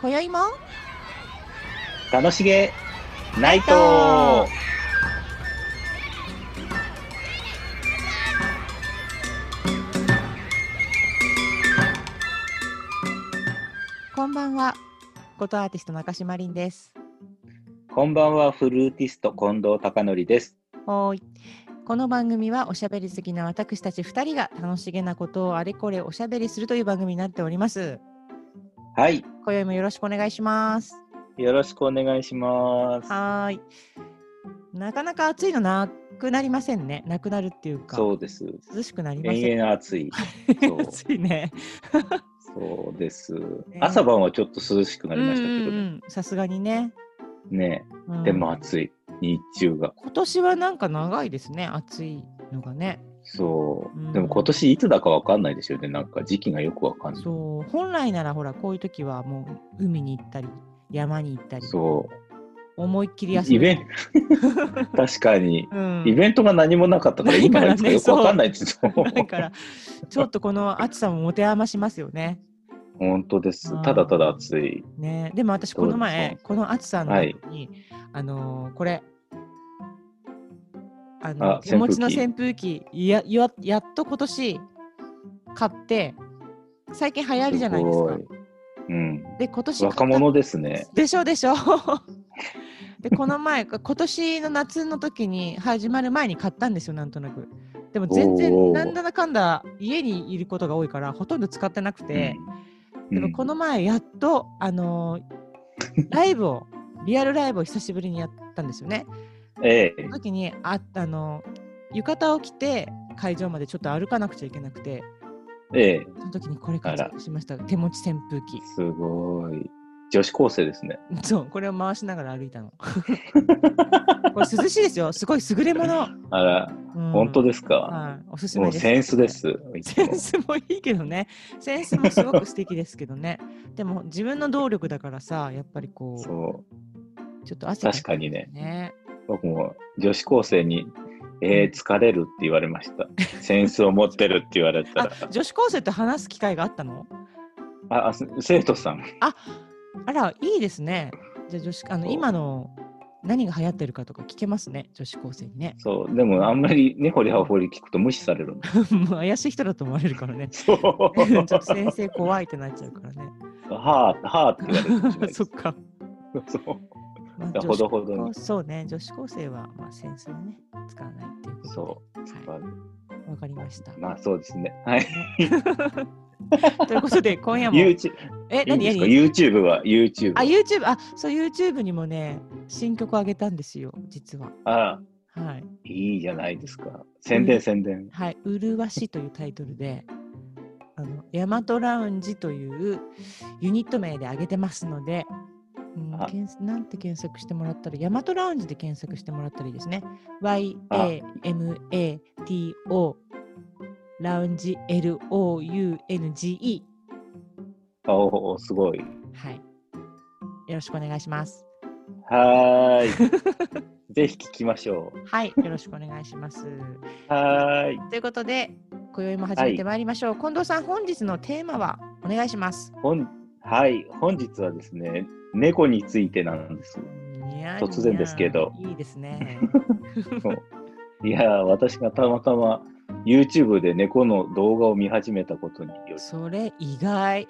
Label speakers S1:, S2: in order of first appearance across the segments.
S1: 今宵も
S2: 楽しげナイト
S1: こんばんはことアーティスト中島凛です
S2: こんばんはフルーティスト近藤貴則です
S1: はーいこの番組はおしゃべり好きな私たち2人が楽しげなことをあれこれおしゃべりするという番組になっております
S2: はい
S1: 今宵もよろしくお願いします
S2: よろしくお願いします
S1: はーいなかなか暑いのなくなりませんねなくなるっていうか
S2: そうです
S1: 涼しくなりません
S2: 延々暑いそう
S1: 暑いね
S2: そうです
S1: ね
S2: 朝晩はちょっと涼しくな
S1: う
S2: り
S1: ん
S2: ましたけど
S1: うんう
S2: ね
S1: んさすがにね、
S2: ね
S1: うん
S2: でも暑い日中が
S1: 今年はなんか長いですね暑いのがね
S2: そううんでも今年いつだかわかんないですよねなんか時期がよくわかんない
S1: そう本来ならほらこういう時はもう海に行ったり山に行ったり
S2: そう
S1: 思いっきり休む
S2: イベント 確かに
S1: うん
S2: イベントが何もなかったから、
S1: ない
S2: 今
S1: から
S2: い
S1: ね
S2: つかよくわかんないですよ。
S1: だからちょっとこの暑さも持て余しますよね。
S2: 本当です
S1: あー。
S2: ただただ暑い。
S1: ねでも私この
S2: そう
S1: 前
S2: そ
S1: この暑さの
S2: は
S1: 時
S2: い
S1: に、あのーこれあの
S2: あ
S1: 手持ちの扇
S2: 扇
S1: 風機やややっと今年買って最近流行りじゃないです
S2: ご
S1: か。
S2: い。うん。
S1: で今年買った
S2: 若者ですね。
S1: でしょでしょ でこの前今年の夏の時に始まる前に買ったんですよなんとなくでも全然
S2: おー
S1: なんだかんだ家にいることが多いからほとんど使ってなくて、
S2: うん
S1: でもこの前やっとあのーライブをリアルライブを久しぶりにやったんですよね
S2: うんえ え
S1: その時にああのー浴衣を着て会場までちょっと歩かなくちゃいけなくて
S2: ええ
S1: その時にこれ活躍しました手持ち扇風機
S2: すごい。女子高生ですね。
S1: そう、これを回しながら歩いた の。これ涼しいですよ。すごい優れもの。
S2: あら、
S1: うん
S2: 本当ですか。
S1: はい、おすす
S2: も
S1: め
S2: う
S1: です。
S2: センスで。す。いつ
S1: セ
S2: も
S1: ンスもいいけどね。センスもすごく素敵ですけどね。でも自分の動力だからさ、やっぱりこ、
S2: そ う
S1: ちょっと汗
S2: う。確かにね
S1: に。ね。
S2: う。僕も女子高生に、ええ疲れるって言われました。センスを持ってるって言われた
S1: あ
S2: ら。、
S1: 女子高生と話す機会があったの
S2: あ、あす生徒さん。
S1: あら、いいですね。じゃあ女子、あの、
S2: そう。
S1: 今の何が流行ってるかとか聞けますね。女子高生にね
S2: そう。でもあんまりね、掘り葉掘り聞くと無視されるんで。
S1: もう怪しい人だと思われるからね
S2: そう
S1: ちょっと 先生怖いってなっちゃうからね。
S2: はあ、はあって言われるかもしれない で
S1: そ
S2: す
S1: っか。
S2: そう。
S1: まあ
S2: だからほどほどに
S1: 女子高そうね、女子高生は、まあ、センスをね、使わないっていうことで。
S2: そう。
S1: はわかりました。
S2: まあそうですね。はい。
S1: ということで、 今夜も。
S2: YouTube、
S1: え、
S2: いいん
S1: 何
S2: ですか
S1: 何
S2: YouTube は YouTube。
S1: あ、YouTube、あ、そう、YouTube にもね、新曲あげたんですよ、実は。
S2: あら、
S1: はい。
S2: いいじゃないですか。宣伝、
S1: うん
S2: 宣伝。
S1: はい。うるわしというタイトルで、あの、ヤマトラウンジというユニット名であげてますので、うん、
S2: あ
S1: 検索なんて検索してもらったら、ヤマトラウンジで検索してもらったらいいですね。
S2: あ
S1: YAMATO ラウンジ LOUNGE。
S2: あおお、すごい。
S1: はい。よろしくお願いします。
S2: は ーい。ぜひ聞きましょ
S1: はい。 よろしくお願いします。
S2: う。はーい。
S1: ということで、今宵も始めてまいりましょう。近藤さん、本日のテーマはお願いします。
S2: 本はい。本日はですね、猫についてな んです。
S1: にゃーにゃー
S2: 突然ですけど
S1: いいですね。
S2: そういやー、私がたまたま YouTube で猫の動画を見始めたことにより、
S1: それ意外。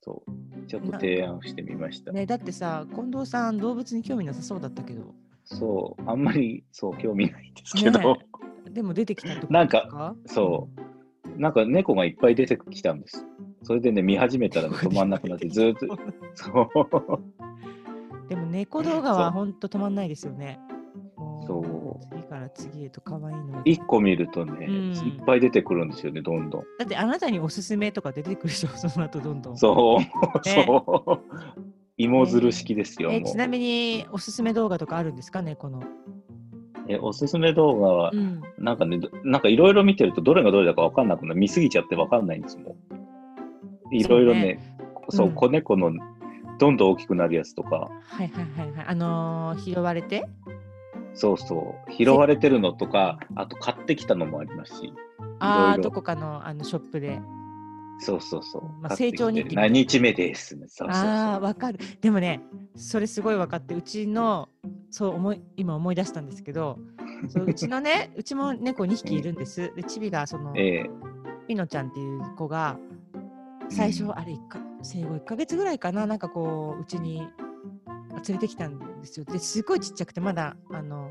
S2: そう、ちょっと提案をしてみました。
S1: ね、だってさ、近藤さん、動物に興味なさそうだったけど、
S2: そう、あんまりそう興味ないんですけど、
S1: ねでも出てきたってこと
S2: な
S1: で
S2: ん
S1: す
S2: か
S1: か
S2: そう、なんか猫がいっぱい出てきたんです。それでね、見始めたらね止まんなくなって、ずーっと、そう、
S1: でも猫動画
S2: そ
S1: は
S2: う
S1: ほんと止まんないですよね。も
S2: そう
S1: 次から次へと可愛いのが。
S2: 1個見るとね、
S1: うん
S2: いっぱい出てくるんですよね、どんどん。
S1: だってあなたにおすすめとか出てくるでしょ、その後どんどん。
S2: そう、
S1: ね
S2: そう、芋づる式ですよ、
S1: え
S2: も
S1: ちなみにおすすめ動画とかあるんですかね、この。
S2: う。え、おすすめ動画は、
S1: ん、
S2: なんかね、どなんかいろいろ見てると、どれがどれだかわかんなくなる、見すぎちゃってわかんないんですもん。いろいろね、
S1: そ
S2: そう
S1: ね
S2: う、
S1: うん
S2: 子猫のどんどん大きくなるやつとか、
S1: はいはいはいはい。あのー、拾われて
S2: そうそう、拾われてるのとか、あと買ってきたのもありますし、いろ
S1: あ
S2: い
S1: ー
S2: ろ
S1: どこかのあのショップで。
S2: そうそうそう。
S1: まあ
S2: 買
S1: 成
S2: って
S1: 長日記
S2: きて何日目です。そうそうそう
S1: ああ、わかる。でもね、それすごい分かって、うちの、そう思い、今思い出したんですけど、そううちの ね、うちも猫2匹いるんです。で、チビが、その、
S2: ええ
S1: ピノちゃんっていう子が、最初、
S2: うん
S1: あれ一か、生後1ヶ月ぐらいかな、なんかこう、うちに連れてきたんですよ。で、すごいちっちゃくて、まだ、あの、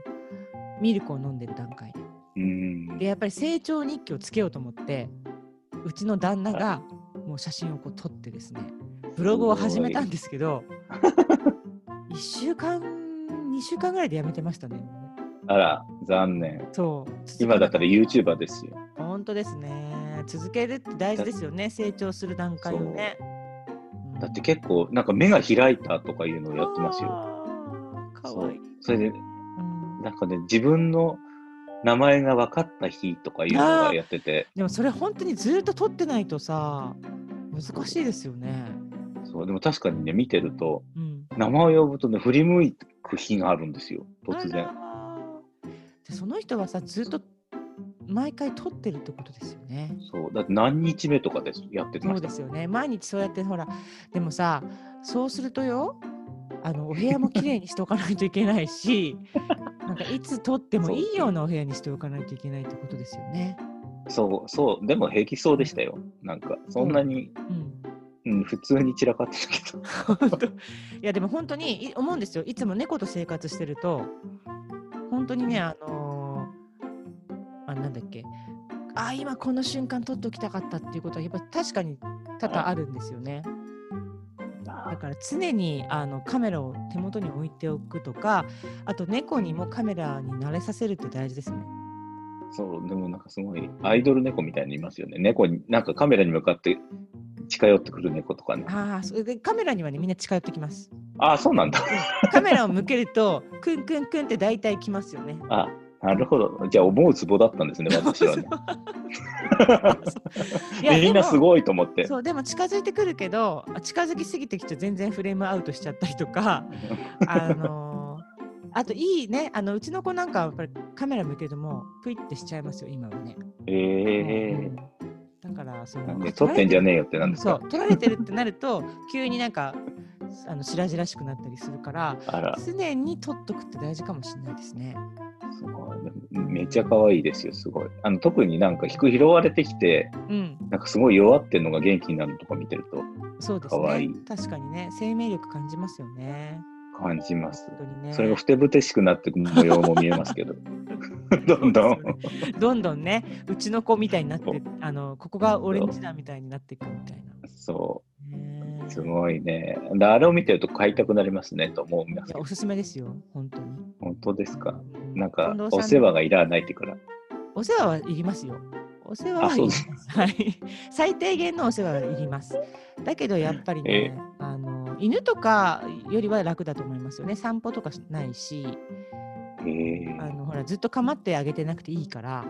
S1: ミルクを飲んでる段階で。
S2: うん
S1: で、。やっぱり成長日記をつけようと思って、うちの旦那が、もう写真をこう撮ってですね、ブログを始めたんですけど、1週間、2週間ぐらいでやめてましたね。もうね
S2: あら、残念。
S1: そう。
S2: 今だったら
S1: ユーチュー
S2: YouTuber ですよ。
S1: バー本当ですね。続けるって大事ですよね、成長する段階をね。うん
S2: だって結構、なんか目が開いたとかいうのをやってますよ。
S1: あーか
S2: そ
S1: わ
S2: う
S1: いい。
S2: それで、
S1: うん
S2: なんかね、自分の名前が分かった日とかいうのがやってて、
S1: でもそれ本当にずっと撮ってないとさ、難しいですよね。
S2: そう、でも確かにね、見てると、
S1: うん。
S2: 名前を呼ぶとね、振り向く日があるんですよ、突然
S1: あ。らー。でその人はさ、ずっと毎回撮ってるってことですよね。
S2: そう、だって何日目とかです、やって
S1: そ
S2: ま
S1: う
S2: し
S1: で
S2: た。
S1: すよね。毎日そうやってほら、でもさ、そうするとよ、あのお部屋も綺麗にしておかないといけないし、 なんかいつ撮ってもいいようなお部屋にしておかないといけないってことですよね。
S2: そう、そう、でも平気そうでしたよ。なんか、そんなに、
S1: うん。
S2: うん、普通に散らかってたけど。
S1: 本当いやでも本当にい思うんですよ。いつも猫と生活してると、本当にね、あのーあなんだっけ、あ今この瞬間撮っておきたかったっていうことはやっぱ確かに多々あるんですよね。だから常にあのカメラを手元に置いておくとかあと猫にもカメラに慣れさせるって大事ですね。
S2: そう、でもなんかすごい、アイドル猫みたいにいますよね。猫に、なんかカメラに向かって近寄ってくる猫とかね。
S1: ああそれでカメラにはねみんな近寄ってきます。
S2: ああ、そうなんだ。
S1: カメラを向けるとクンクンクンって大体来ますよ ね。
S2: あなるほど。じゃあ、思うツボだった んですね、私はね。
S1: いや
S2: みんな
S1: ですも
S2: ごいと思って。
S1: そうでも近づいてくるけどあ近づきすぎてきて全然フレームアウトしちゃったりと かあのーあといいねあのうちの子なんかはやっぱりカメラ向けるともうプイってしちゃいますよ今はね。
S2: え
S1: う
S2: え
S1: んだからそ
S2: な
S1: の
S2: んで、撮ってんじゃねえよって
S1: え
S2: なんですか。
S1: そう取られてるってなると急になんかあの白々しくなったりするから
S2: あら、
S1: 常に取っとくって大事かもしれないですね。
S2: すごい。めっちゃ可愛いですよ、すごい。あの特になんかひく拾われてきて、
S1: うん
S2: なんかすごい弱ってんのが元気になるとか見てると
S1: そうです
S2: かわい
S1: ね
S2: い
S1: 確かにね生命力感じますよね。
S2: 感じます
S1: 本。当にね
S2: それがふてぶてしくなってく模様も見えま すけど、どんどん。
S1: どんどんねうちの子みたいになってあのここがオレンジだみたいになっていくみたいな。
S2: そ
S1: ね
S2: う、すごいね。であれを見てると買いたくなりますねと思いま
S1: い
S2: すけ
S1: や
S2: ど
S1: お、すすめですよ本当に。
S2: 本当ですか。
S1: う
S2: なんか
S1: 近藤、さ
S2: お
S1: ん
S2: 世話がいらないってから。
S1: お世話はいりますよ。お世話
S2: あ
S1: はいり
S2: そう
S1: ま
S2: ですす。
S1: はい。最低限のお世話はいります。だけどやっぱりね、
S2: え
S1: あの犬とかよりは楽だと思いますよね。散歩とかしないし、
S2: へえ
S1: あのほらずっと構ってあげてなくていいから、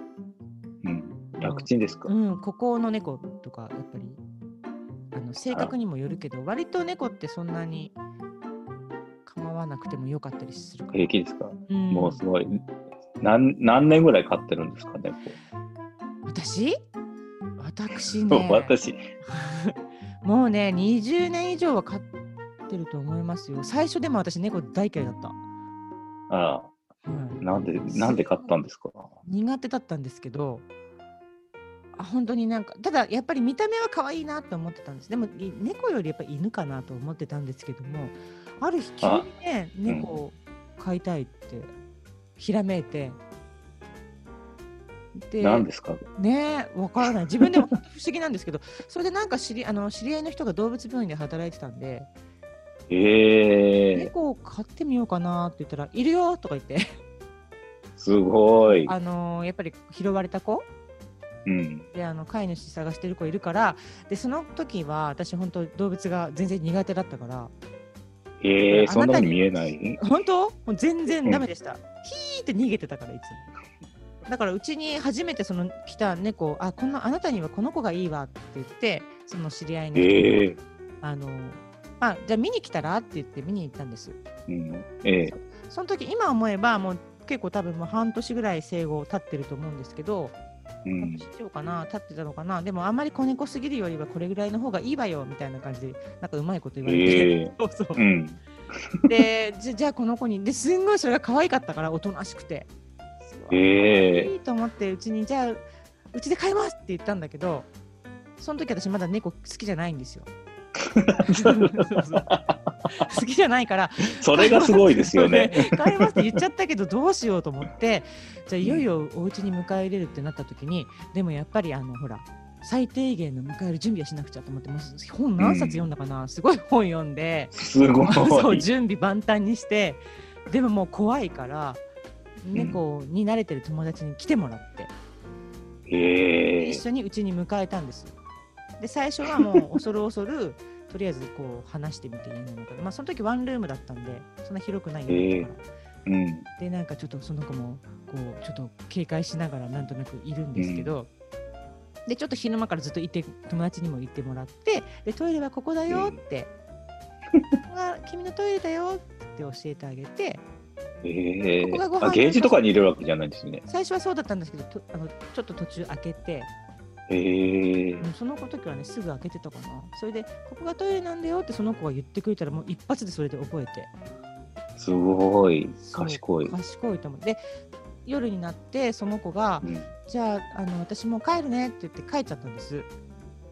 S2: うん、楽ちんですか。
S1: うん、ここの猫とかやっぱりあの性格にもよるけど、割と猫ってそんなに構わなくてもよかったりするから。
S2: 平気ですか。
S1: うん
S2: もうすごい。何何年ぐらい飼ってるんですかね。
S1: 私私
S2: こう
S1: ね。
S2: 私、
S1: もうね、20年以上は飼ってると思いますよ。最初でも私、猫大嫌いだった。
S2: あ
S1: うん
S2: あ、なんで、なんで飼ったんですか。
S1: 苦手だったんですけど、あ本当になんか、ただやっぱり見た目は可愛いなと思ってたんです。でも、い猫よりやっぱり犬かなと思ってたんですけども、ある日、急に
S2: あ
S1: ね、猫を飼いたいって、ひらめいて、で
S2: なんですか。
S1: ねえ、わからない。自分でも本当不思議なんですけど、 それでなんか知りあの知り合いの人が動物病院で働いてたんで、
S2: ええ
S1: 猫を飼ってみようかなって言ったら「いるよ」とか言って
S2: すごい。
S1: あのーやっぱり拾われた子
S2: うん。
S1: であの飼い主探してる子いるからでその時は私本当動物が全然苦手だったから
S2: ええ
S1: あ
S2: そんな
S1: た
S2: に見えない。
S1: 本当もう全然ダメでした、ヒーって逃げてたからいつもだからうちに初めてその来た猫あこのあなたにはこの子がいいわって言ってその知り合いの人に、
S2: ええ
S1: あのーあじゃあ見に来たらって言って見に行ったんです
S2: うん。ええ
S1: その時今思えばもう結構多分もう半年ぐらい生後経ってると思うんですけど
S2: うん
S1: しようかな、立ってたのかな、でもあんまり子猫すぎるよりはこれぐらいの方がいいわよみたいな感じで、なんかうまいこと言われて、
S2: ええ
S1: そうそう
S2: う。ん。
S1: でじゃじゃあこの子にですんごいそれが可愛かったからおとなしくて、
S2: え え
S1: いいと思ってうちにじゃあうちで買いますって言ったんだけどその時私まだ猫好きじゃないんです よそうそう好きじゃないから
S2: それがすごいですよ ね。
S1: 買いますって言っちゃったけどどうしようと思ってじゃあいよいよお家に迎え入れるってなった時にでもやっぱりあのほら最低限の迎え入れ準備はしなくちゃと思ってます本何冊読んだかな、すごい本読んで。
S2: すご
S1: そう
S2: い。
S1: 準備万端にしてでももう怖いから猫に慣れてる友達に来てもらって、
S2: ええ
S1: 一緒にうちに迎えたんですよで最初はも う恐る恐るとりあえずこう話してみて家の中でまあその時ワンルームだったんでそんな広くない家だったから、
S2: うん。
S1: でなんかちょっとその子もこうちょっと警戒しながらなんとなくいるんですけど、でちょっと昼間からずっといて友達にも行ってもらってでトイレはここだよって、あ君のトイレだよって教えてあげて
S2: ええ
S1: ここがご飯
S2: あ、ゲージとかに入れるわけじゃないんですね。
S1: 最初はそうだったんですけどとあのちょっと途中開けて、
S2: ええ
S1: うんその子の時はねすぐ開けてたかなそれでここがトイレなんだよってその子が言ってくれたらもう一発でそれで覚えて
S2: すごい。
S1: そう
S2: 賢い。
S1: 賢いと思うで夜になってその子が
S2: うん
S1: 「じゃああの私もう帰るね」って言って帰っちゃったんです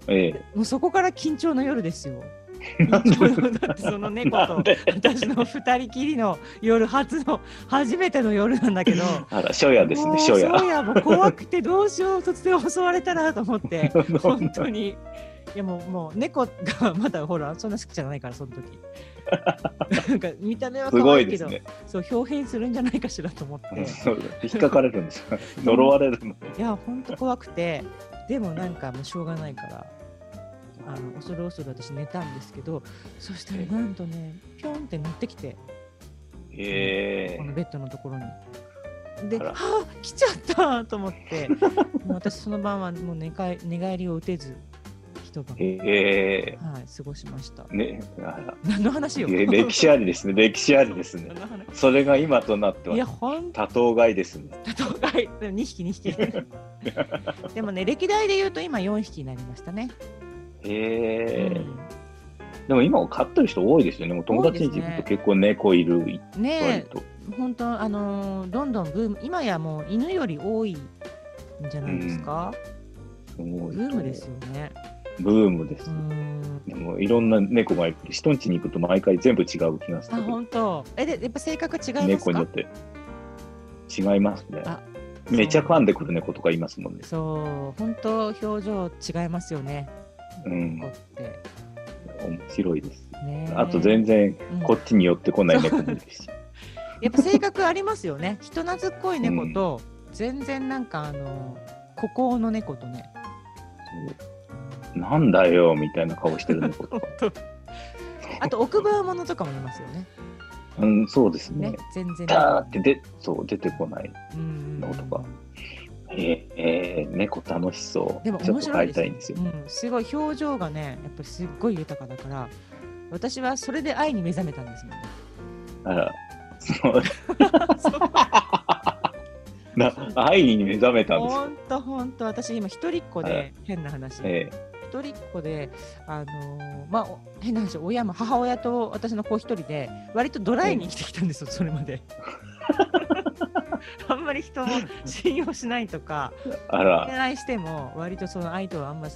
S2: え
S1: で
S2: え
S1: もうそこから緊張の夜ですよ
S2: なんで
S1: 緊張のだってその猫
S2: な
S1: と
S2: んで
S1: 私の二人きりの夜初の初めての夜なんだけど
S2: あら、初夜ですね、初
S1: もう
S2: 夜。
S1: もう怖くてどうしよう突然襲われたらと思っ て本当にいやもうもう猫がまだほらそんな好きじゃないからその 時なんか見た目は
S2: す
S1: 可
S2: ご
S1: 愛
S2: い
S1: いけ
S2: です
S1: ど
S2: ね。
S1: そう表変するんじゃないかしらと思って
S2: そう引っかかれるんですよ。呪われるの。
S1: いや本当怖くてでもなんかもうしょうがないからあの恐る恐る私寝たんですけどそしたらなんとねピョンって乗ってきて
S2: え
S1: この
S2: え
S1: ベッドのところに。で、
S2: あら
S1: はあ、来ちゃったと思 って、もう私その晩はもう寝かえ寝返りを打てず、一晩、
S2: え
S1: はい、過ごしました。
S2: えね、あら、
S1: 何の話よ。
S2: え歴史ありですね、歴史ありですね
S1: 何。の話
S2: それが今となって
S1: いや、
S2: は
S1: ほんと
S2: 多頭飼いですね。
S1: だ、はい、でも2匹、2匹。 でもね、歴代で言うと今4匹になりましたね。
S2: ええ
S1: う
S2: でも今も飼ってる人多いですよね。もう友達に聞くと結構猫いる、
S1: ん、
S2: 割
S1: ね
S2: と。
S1: え、本当、あのーどんどんブーム、今やもう犬より多いんじゃないですか。
S2: すごい
S1: ブームですよね。
S2: ブームです
S1: う。ん。
S2: でもいろんな猫がいる。人ん家に行くと毎回全部違う気がす
S1: あ、
S2: る。
S1: 本当。え、で、やっぱ性格違います
S2: 猫に
S1: か
S2: よっ。て違いますね
S1: あ。
S2: めちゃ噛んでくる猫とかいますもんね。
S1: そう、本当表情違いますよね。
S2: うん
S1: 猫って。
S2: 面白いです。
S1: ね。
S2: あと全然
S1: うん
S2: こっちに寄ってこない猫もいる し。
S1: やっぱ性格ありますよね。人懐っこい猫と、全然なんかあの、孤高の猫とね。
S2: そうなんだよみたいな顔してる猫とか。
S1: あと臆病者とかもいますよね。
S2: うん、そうですね
S1: ね。、全然。
S2: ダーってでそう出てこない。
S1: うんうんうん
S2: のとかえーえー猫楽しそう。
S1: でも
S2: ちょ
S1: 面
S2: っと
S1: 白
S2: 飼
S1: い
S2: い
S1: です
S2: た
S1: よ
S2: いんですよ。
S1: うん、すごい表情がね、やっぱりすっごい豊かだから。私はそれで愛に目覚めたん ですもんね。
S2: あそう
S1: そう
S2: な愛に目覚めたんですよ。
S1: 本当本当私今一人っ子
S2: は
S1: で
S2: い
S1: 変な話、
S2: え
S1: 一人っ子で、あのーまあ、お変な話親も母親と私の子一人で割とドライに生きてきたんですよ、それま で。あんまり人を信用しないとか
S2: ーあ
S1: 恋
S2: ら、
S1: 愛しても割とその相手はあんま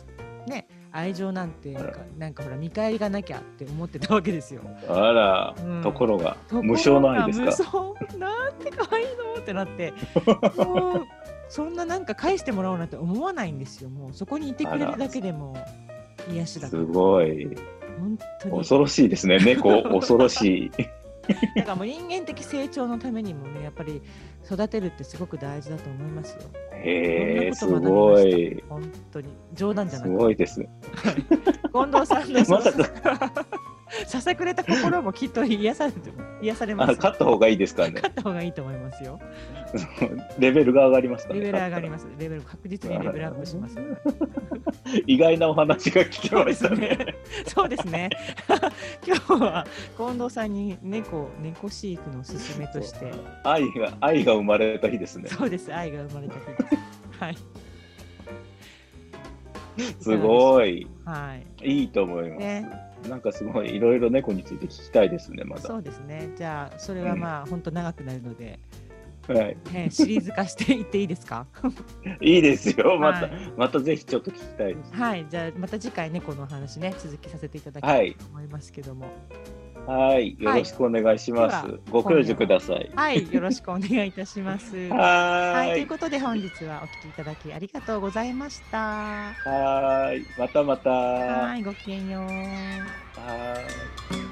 S1: ね愛情なんてなんかなんかほら見返りがなきゃって思ってたわけですよ。
S2: あら、
S1: うん
S2: ところが
S1: ところが
S2: 無償の愛ですか。
S1: 無償なんて可愛いのってな って、もうそんななんか返してもらおうなんて思わないんですよ。もうそこにいてくれるだけでも癒しだか
S2: す
S1: ら。
S2: ごい
S1: 本当に。
S2: 恐ろしいですね。 猫恐ろしい。
S1: だからもう人間的成長のためにもね、やっぱり育てるってすごく大事だと思いますよ。
S2: へえ
S1: そ
S2: す
S1: んなこと
S2: ご
S1: 学びま
S2: い。
S1: 本当に冗談じゃ
S2: す
S1: なく
S2: ごいです。
S1: 近藤さんの
S2: まさ
S1: ささくれた心もきっと癒されて癒されます
S2: あ、
S1: よ。
S2: 飼った方がいいですから ね
S1: 勝。った方がいいと思いますよ。
S2: レベルが上がりました
S1: レ
S2: ね。
S1: ベル上がります。レベル確実にレベルアップします。
S2: 意外なお話が聞け
S1: そう
S2: ま
S1: で
S2: し
S1: す
S2: たね。
S1: ね。 そうですね。今日は近藤さんに猫猫飼育のおすすめとして、
S2: 愛が愛が生まれた日ですね。
S1: そうです愛が生まれた日です。はい。
S2: すごい。
S1: はい
S2: いいと思います。
S1: ね、
S2: なんかすごいいろいろ猫について聞きたいですね、まだ。
S1: そ
S2: は
S1: うですね。じゃあそれはまあ本当長くなるので、
S2: い。
S1: ね、シリーズ化していっていいですか？
S2: いいですよ。また、
S1: はい
S2: またぜひちょっと聞きたいです。
S1: はい、じゃあまた次回ねこのお話ね続きさせていただき
S2: は
S1: た
S2: い
S1: いと思いますけども、
S2: はい。よろしくお願いします。
S1: では
S2: ご教授ください。
S1: はい、よろしくお願いいたします。 は、
S2: はい
S1: とい。
S2: いう
S1: ことで本日はお聞きいただきありがとうございました。
S2: はい。またまた。
S1: はい、ごきげんよう。
S2: はい。